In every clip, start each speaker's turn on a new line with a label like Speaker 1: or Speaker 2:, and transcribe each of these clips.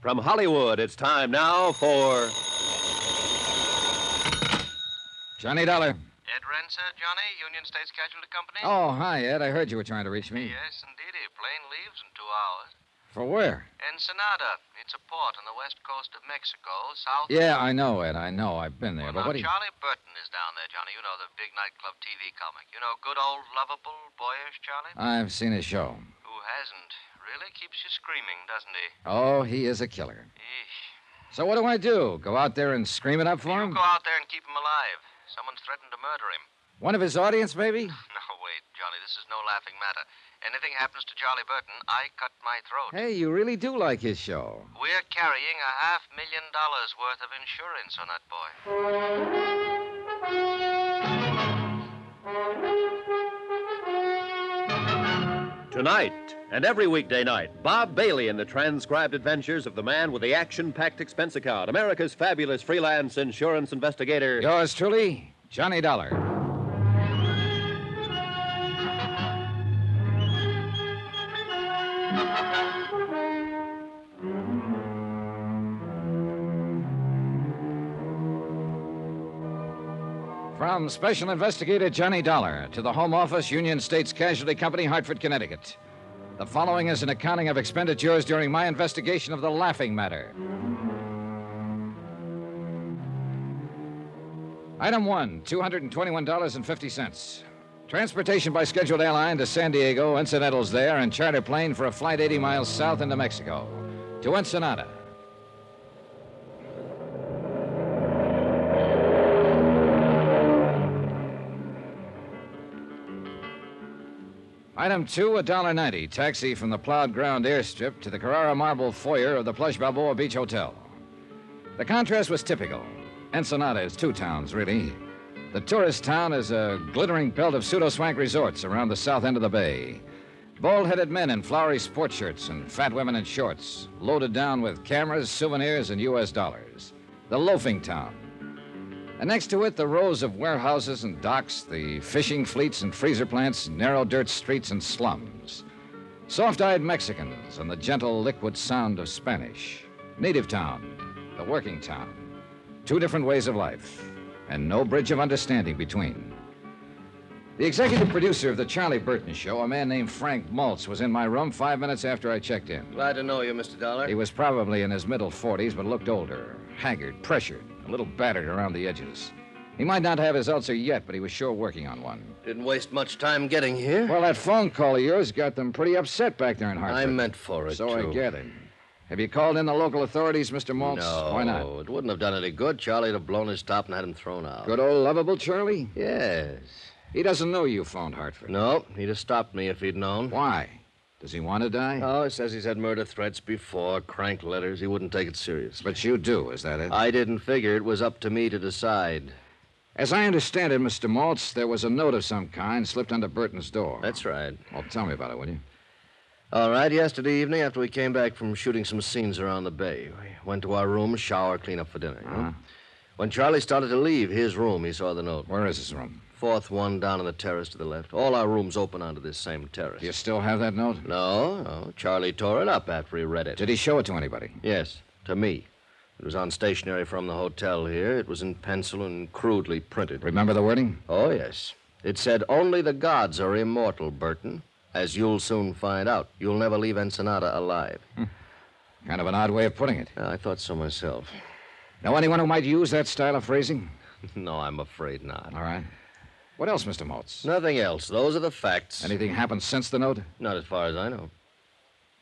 Speaker 1: From Hollywood, it's time now for.
Speaker 2: Johnny Dollar.
Speaker 3: Ed Renser, Johnny, Union States Casualty Company?
Speaker 2: Oh, hi, Ed. I heard you were trying to reach me.
Speaker 3: Yes, indeedy. Plane leaves in two hours.
Speaker 2: For where?
Speaker 3: Ensenada. It's a port on the west coast of Mexico, south.
Speaker 2: Yeah, I know, Ed. I know. I've been there.
Speaker 3: Well,
Speaker 2: but
Speaker 3: now,
Speaker 2: what do you.
Speaker 3: Charlie Burton is down there, Johnny. You know the big nightclub TV comic. You know, good old lovable boyish Charlie.
Speaker 2: I've seen his show.
Speaker 3: Who hasn't? Really keeps you screaming, doesn't he?
Speaker 2: Oh, he is a killer.
Speaker 3: Eesh.
Speaker 2: So what do I do? Go out there and scream it up for
Speaker 3: You
Speaker 2: him?
Speaker 3: go out there and keep him alive. Someone's threatened to murder him.
Speaker 2: One of his audience, maybe?
Speaker 3: No, wait, Johnny. This is no laughing matter. Anything happens to Charlie Burton, I cut my throat.
Speaker 2: Hey, you really do like his show.
Speaker 3: We're carrying a half million dollars worth of insurance on that boy.
Speaker 1: Tonight and every weekday night, Bob Bailey in the transcribed adventures of the man with the action packed expense account, America's fabulous freelance insurance investigator.
Speaker 2: Yours truly, Johnny Dollar. From Special Investigator Johnny Dollar to the Home Office, Union States Casualty Company, Hartford, Connecticut. The following is an accounting of expenditures during my investigation of the laughing matter. Item one, $221.50. Transportation by scheduled airline to San Diego, incidentals there, and charter plane for a flight 80 miles south into Mexico to Ensenada. Item two, $1.90. Taxi from the plowed ground airstrip to the Carrara marble foyer of the plush Balboa Beach Hotel. The contrast was typical. Ensenada is two towns, really. The tourist town is a glittering belt of pseudo swank resorts around the south end of the bay. Bald headed men in flowery sport shirts and fat women in shorts, loaded down with cameras, souvenirs, and U.S. dollars. The loafing town. And next to it, the rows of warehouses and docks, the fishing fleets and freezer plants, narrow dirt streets and slums. Soft eyed Mexicans and the gentle liquid sound of Spanish. Native town, the working town. Two different ways of life, and no bridge of understanding between. The executive producer of The Charlie Burton Show, a man named Frank Maltz, was in my room five minutes after I checked in.
Speaker 4: Glad to know you, Mr. Dollar.
Speaker 2: He was probably in his middle 40s, but looked older, haggard, pressured, a little battered around the edges. He might not have his ulcer yet, but he was sure working on one.
Speaker 4: Didn't waste much time getting here.
Speaker 2: Well, that phone call of yours got them pretty upset back there in Hartford.
Speaker 4: I meant for it.
Speaker 2: So
Speaker 4: too.
Speaker 2: I gathered. Have you called in the local authorities, Mr. Maltz?
Speaker 4: No,
Speaker 2: Why not?
Speaker 4: It wouldn't have done any good. Charlie'd have blown his top and had him thrown out.
Speaker 2: Good old lovable Charlie?
Speaker 4: Yes.
Speaker 2: He doesn't know you phoned Hartford.
Speaker 4: No, he'd have stopped me if he'd known.
Speaker 2: Why? Does he want to die?
Speaker 4: Oh, he says he's had murder threats before, crank letters. He wouldn't take it serious.
Speaker 2: But you do, is that it?
Speaker 4: I didn't figure it was up to me to decide.
Speaker 2: As I understand it, Mr. Maltz, there was a note of some kind slipped under Burton's door.
Speaker 4: That's right.
Speaker 2: Well, tell me about it, will you?
Speaker 4: All right, yesterday evening, after we came back from shooting some scenes around the bay, we went to our room, shower, clean up for dinner. you know? When Charlie started to leave his room, he saw the note.
Speaker 2: Where is his room?
Speaker 4: Fourth one down on the terrace to the left. All our rooms open onto this same terrace.
Speaker 2: Do you still have that note?
Speaker 4: No, no. Charlie tore it up after he read it.
Speaker 2: Did he show it to anybody?
Speaker 4: Yes, to me. It was on stationery from the hotel here. It was in pencil and crudely printed.
Speaker 2: Remember the wording?
Speaker 4: Oh, yes. It said, Only the gods are immortal, Burton. As you'll soon find out, you'll never leave Ensenada alive.
Speaker 2: Kind of an odd way of putting it.
Speaker 4: I thought so myself.
Speaker 2: Know anyone who might use that style of phrasing?
Speaker 4: no, I'm afraid not.
Speaker 2: All right. What else, Mr. Maltz?
Speaker 4: Nothing else. Those are the facts.
Speaker 2: Anything happened since the note?
Speaker 4: Not as far as I know.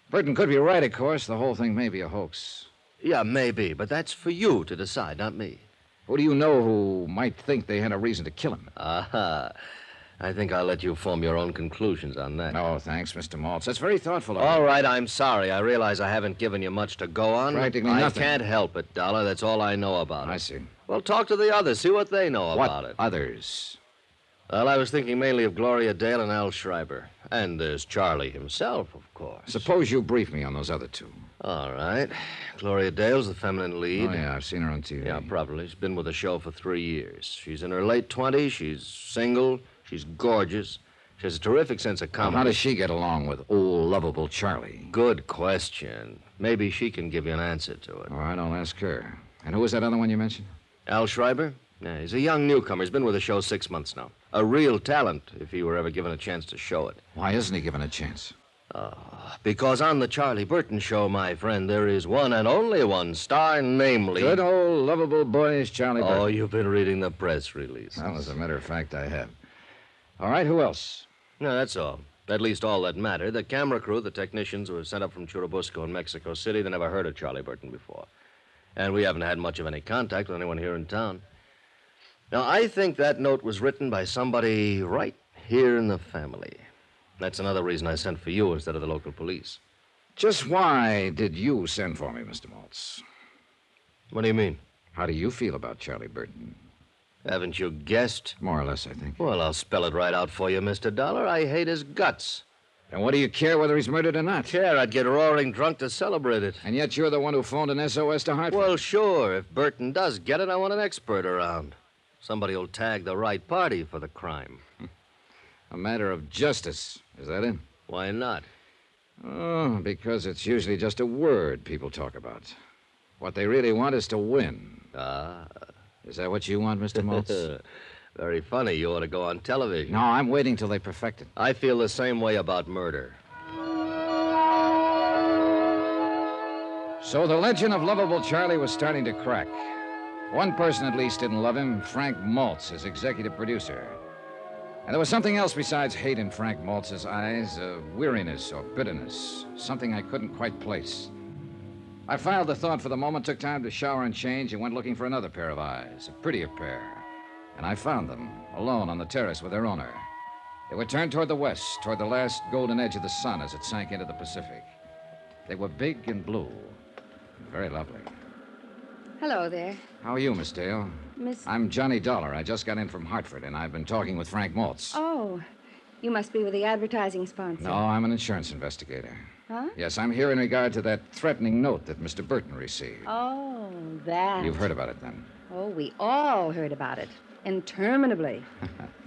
Speaker 2: Burton could be right, of course. The whole thing may be a hoax.
Speaker 4: Yeah, maybe, but that's for you to decide, not me.
Speaker 2: Who do you know who might think they had a reason to kill him?
Speaker 4: Aha. I think I'll let you form your own conclusions on that.
Speaker 2: No, thanks, Mr. Maltz. That's very thoughtful of you.
Speaker 4: All right, I'm sorry. I realize I haven't given you much to go on.
Speaker 2: Practically
Speaker 4: I
Speaker 2: nothing.
Speaker 4: can't help it, Dollar. That's all I know about it.
Speaker 2: I see.
Speaker 4: Well, talk to the others. See what they know about
Speaker 2: what
Speaker 4: it.
Speaker 2: others?
Speaker 4: Well, I was thinking mainly of Gloria Dale and Al Schreiber. And there's Charlie himself, of course.
Speaker 2: Suppose you brief me on those other two.
Speaker 4: All right. Gloria Dale's the feminine lead.
Speaker 2: Oh, yeah, I've seen her on TV.
Speaker 4: Yeah, probably. She's been with the show for three years. She's in her late 20s. She's single. She's gorgeous. She has a terrific sense of comedy.
Speaker 2: How does she get along with old, lovable Charlie?
Speaker 4: Good question. Maybe she can give you an answer to it.
Speaker 2: All right, I'll ask her. And who was that other one you mentioned?
Speaker 4: Al Schreiber? Yeah, he's a young newcomer. He's been with the show six months now. A real talent, if he were ever given a chance to show it.
Speaker 2: Why isn't he given a chance?
Speaker 4: Because on the Charlie Burton show, my friend, there is one and only one star, namely.
Speaker 2: Good old, lovable boyish Charlie
Speaker 4: Oh,
Speaker 2: Burton.
Speaker 4: you've been reading the press release.
Speaker 2: Well, as a matter of fact, I have. All right, who else?
Speaker 4: No, that's all. At least all that mattered. The camera crew, the technicians who were sent up from Churubusco in Mexico City, they never heard of Charlie Burton before. And we haven't had much of any contact with anyone here in town. Now, I think that note was written by somebody right here in the family. That's another reason I sent for you instead of the local police.
Speaker 2: Just why did you send for me, Mr. Maltz?
Speaker 4: What do you mean?
Speaker 2: How do you feel about Charlie Burton?
Speaker 4: Haven't you guessed?
Speaker 2: More or less, I think.
Speaker 4: Well, I'll spell it right out for you, Mr. Dollar. I hate his guts.
Speaker 2: And what do you care whether he's murdered or not?
Speaker 4: Care, I'd get roaring drunk to celebrate it.
Speaker 2: And yet you're the one who phoned an SOS to Hartford.
Speaker 4: Well, sure. If Burton does get it, I want an expert around. Somebody will tag the right party for the crime.
Speaker 2: a matter of justice. Is that it?
Speaker 4: Why not?
Speaker 2: Oh, because it's usually just a word people talk about. What they really want is to win.
Speaker 4: Ah,
Speaker 2: Is that what you want, Mr. Maltz?
Speaker 4: very funny. You ought to go on television.
Speaker 2: no, I'm waiting till they perfect it.
Speaker 4: I feel the same way about murder.
Speaker 2: So the legend of lovable Charlie was starting to crack. One person at least didn't love him Frank Maltz, his executive producer. And there was something else besides hate in Frank Maltz's eyes a weariness or bitterness, something I couldn't quite place. I filed the thought for the moment, took time to shower and change, and went looking for another pair of eyes, a prettier pair. And I found them, alone on the terrace with their owner. They were turned toward the west, toward the last golden edge of the sun as it sank into the Pacific. They were big and blue, very lovely.
Speaker 5: Hello there,
Speaker 2: How are you, Miss Dale?
Speaker 5: Miss.
Speaker 2: I'm Johnny Dollar. I just got in from Hartford, and I've been talking with Frank Maltz.
Speaker 5: Oh, you must be with the advertising sponsor.
Speaker 2: No, I'm an insurance investigator.
Speaker 5: Huh?
Speaker 2: Yes, I'm here in regard to that threatening note that Mr. Burton received.
Speaker 5: Oh, that.
Speaker 2: You've heard about it then?
Speaker 5: Oh, we all heard about it. Interminably.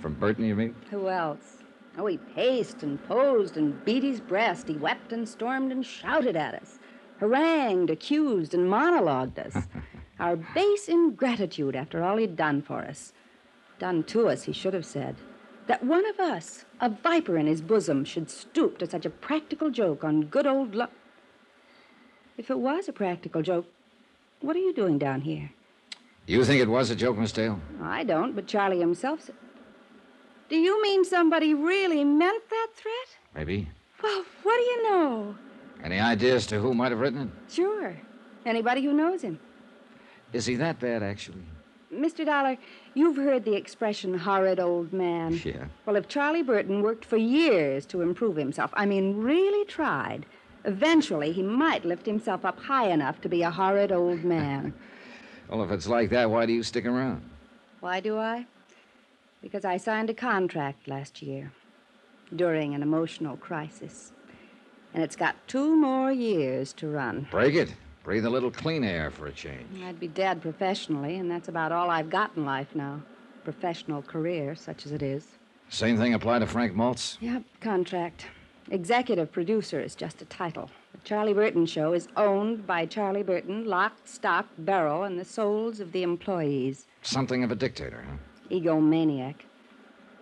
Speaker 2: From Burton, you mean?
Speaker 5: Who else? Oh, he paced and posed and beat his breast. He wept and stormed and shouted at us, harangued, accused, and monologued us. Our base ingratitude after all he'd done for us. Done to us, he should have said. That one of us, a viper in his bosom, should stoop to such a practical joke on good old luck. If it was a practical joke, what are you doing down here?
Speaker 2: You think it was a joke, Miss Dale?
Speaker 5: I don't, but Charlie himself said. Do you mean somebody really meant that threat?
Speaker 2: Maybe.
Speaker 5: Well, what do you know?
Speaker 2: Any ideas to who might have written it?
Speaker 5: Sure. Anybody who knows him.
Speaker 2: Is he that bad, actually?
Speaker 5: Mr. Dollar, you've heard the expression horrid old man.
Speaker 2: Yeah.
Speaker 5: Well, if Charlie Burton worked for years to improve himself, I mean, really tried, eventually he might lift himself up high enough to be a horrid old man.
Speaker 2: Well, if it's like that, why do you stick around?
Speaker 5: Why do I? Because I signed a contract last year during an emotional crisis. And it's got two more years to run.
Speaker 2: Break it. Breathe a little clean air for a change.
Speaker 5: I'd be dead professionally, and that's about all I've got in life now. Professional career, such as it is.
Speaker 2: Same thing apply to Frank Maltz?
Speaker 5: Yep, contract. Executive producer is just a title. The Charlie Burton Show is owned by Charlie Burton, locked, stock, barrel, and the souls of the employees.
Speaker 2: Something of a dictator, huh?
Speaker 5: egomaniac.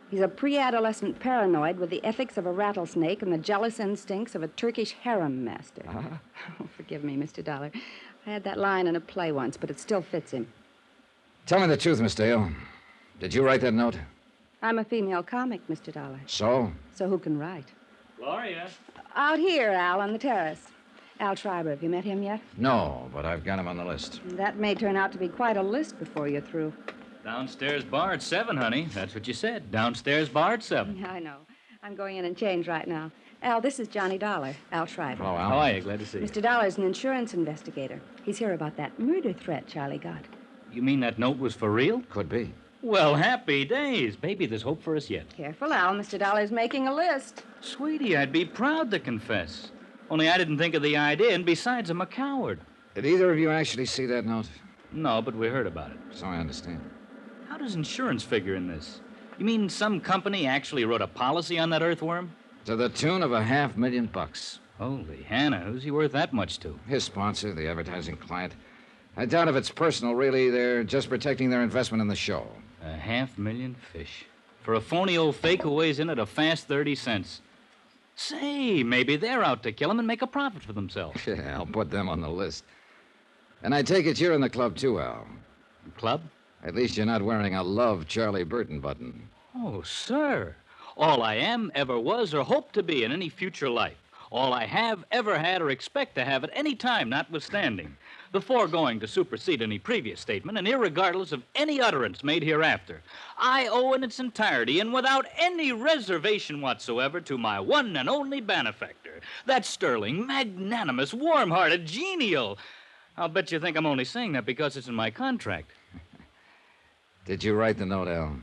Speaker 5: He's a pre adolescent paranoid with the ethics of a rattlesnake and the jealous instincts of a Turkish harem master. Oh, forgive me, Mr. Dollar. I had that line in a play once, but it still fits him.
Speaker 2: Tell me the truth, Miss Dale. Did you write that note?
Speaker 5: I'm a female comic, Mr. Dollar,
Speaker 2: So?
Speaker 5: so who can write?
Speaker 6: Gloria.
Speaker 5: Out here, Al, on the terrace. Al Schreiber, have you met him yet?
Speaker 2: No, but I've got him on the list.
Speaker 5: That may turn out to be quite a list before you're through.
Speaker 6: Downstairs bar at seven, honey. That's what you said. Downstairs bar at seven.
Speaker 5: I know. I'm going in and change right now. Al, this is Johnny Dollar, Al Schreiber.
Speaker 2: Hello, Al.
Speaker 6: How are you? Glad to see you.
Speaker 5: Mr. Dollar's an insurance investigator. He's here about that murder threat Charlie got.
Speaker 6: You mean that note was for real?
Speaker 2: Could be.
Speaker 6: Well, happy days. Maybe there's hope for us yet.
Speaker 5: Careful, Al. Mr. Dollar's making a list.
Speaker 6: Sweetie, I'd be proud to confess. Only I didn't think of the idea, and besides, I'm a coward.
Speaker 2: Did either of you actually see that note?
Speaker 6: No, but we heard about it.
Speaker 2: So I understand.
Speaker 6: How does insurance figure in this? You mean some company actually wrote a policy on that earthworm?
Speaker 2: To the tune of a half million bucks.
Speaker 6: Holy Hannah, who's he worth that much to?
Speaker 2: His sponsor, the advertising client. I doubt if it's personal, really. They're just protecting their investment in the show.
Speaker 6: A half million fish. For a phony old fake who weighs in at a fast 30 cents. Say, maybe they're out to kill him and make a profit for themselves.
Speaker 2: Yeah, I'll put them on the list. And I take it you're in the club too, Al.
Speaker 6: Club?
Speaker 2: At least you're not wearing a Love Charlie Burton button.
Speaker 6: Oh, sir. All I am, ever was, or hope to be in any future life. All I have, ever had, or expect to have at any time, notwithstanding. The foregoing to supersede any previous statement, and irregardless of any utterance made hereafter. I owe in its entirety, and without any reservation whatsoever, to my one and only benefactor. That sterling, magnanimous, warm hearted, genial. I'll bet you think I'm only saying that because it's in my contract.
Speaker 2: Did you write the note, Al?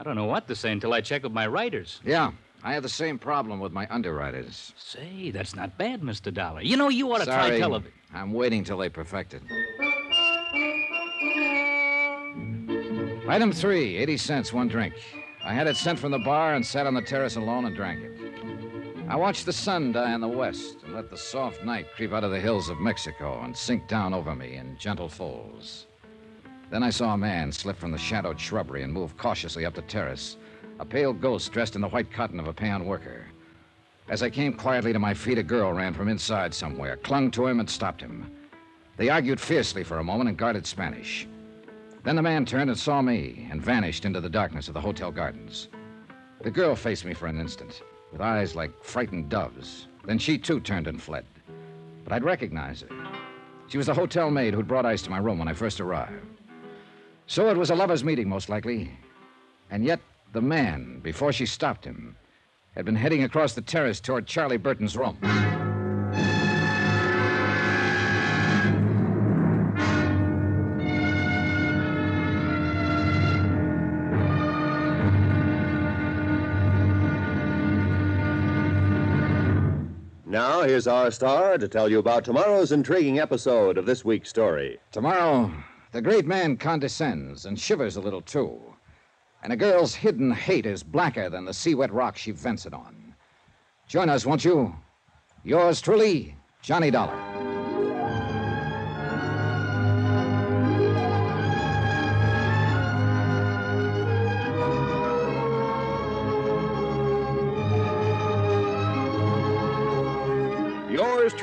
Speaker 6: I don't know what to say until I check with my writers.
Speaker 2: Yeah, I had the same problem with my underwriters.
Speaker 6: Say, that's not bad, Mr. Dollar. You know, you ought to try
Speaker 2: Sorry,
Speaker 6: television.
Speaker 2: I'm waiting till they perfect it. Item three, 80 cents, one drink. I had it sent from the bar and sat on the terrace alone and drank it. I watched the sun die in the west and let the soft night creep out of the hills of Mexico and sink down over me in gentle folds. Then I saw a man slip from the shadowed shrubbery and move cautiously up the terrace, a pale ghost dressed in the white cotton of a peon worker. As I came quietly to my feet, a girl ran from inside somewhere, clung to him, and stopped him. They argued fiercely for a moment in guarded Spanish. Then the man turned and saw me and vanished into the darkness of the hotel gardens. The girl faced me for an instant, with eyes like frightened doves. Then she too turned and fled. But I'd recognize her. She was the hotel maid who'd brought ice to my room when I first arrived. So it was a lovers' meeting, most likely. And yet, the man, before she stopped him, had been heading across the terrace toward Charlie Burton's room.
Speaker 1: Now, here's our star to tell you about tomorrow's intriguing episode of this week's story.
Speaker 2: Tomorrow, the great man condescends and shivers a little, too. And a girl's hidden hate is blacker than the sea wet rock she vents it on. Join us, won't you? Yours truly, Johnny Dollar.
Speaker 1: Yours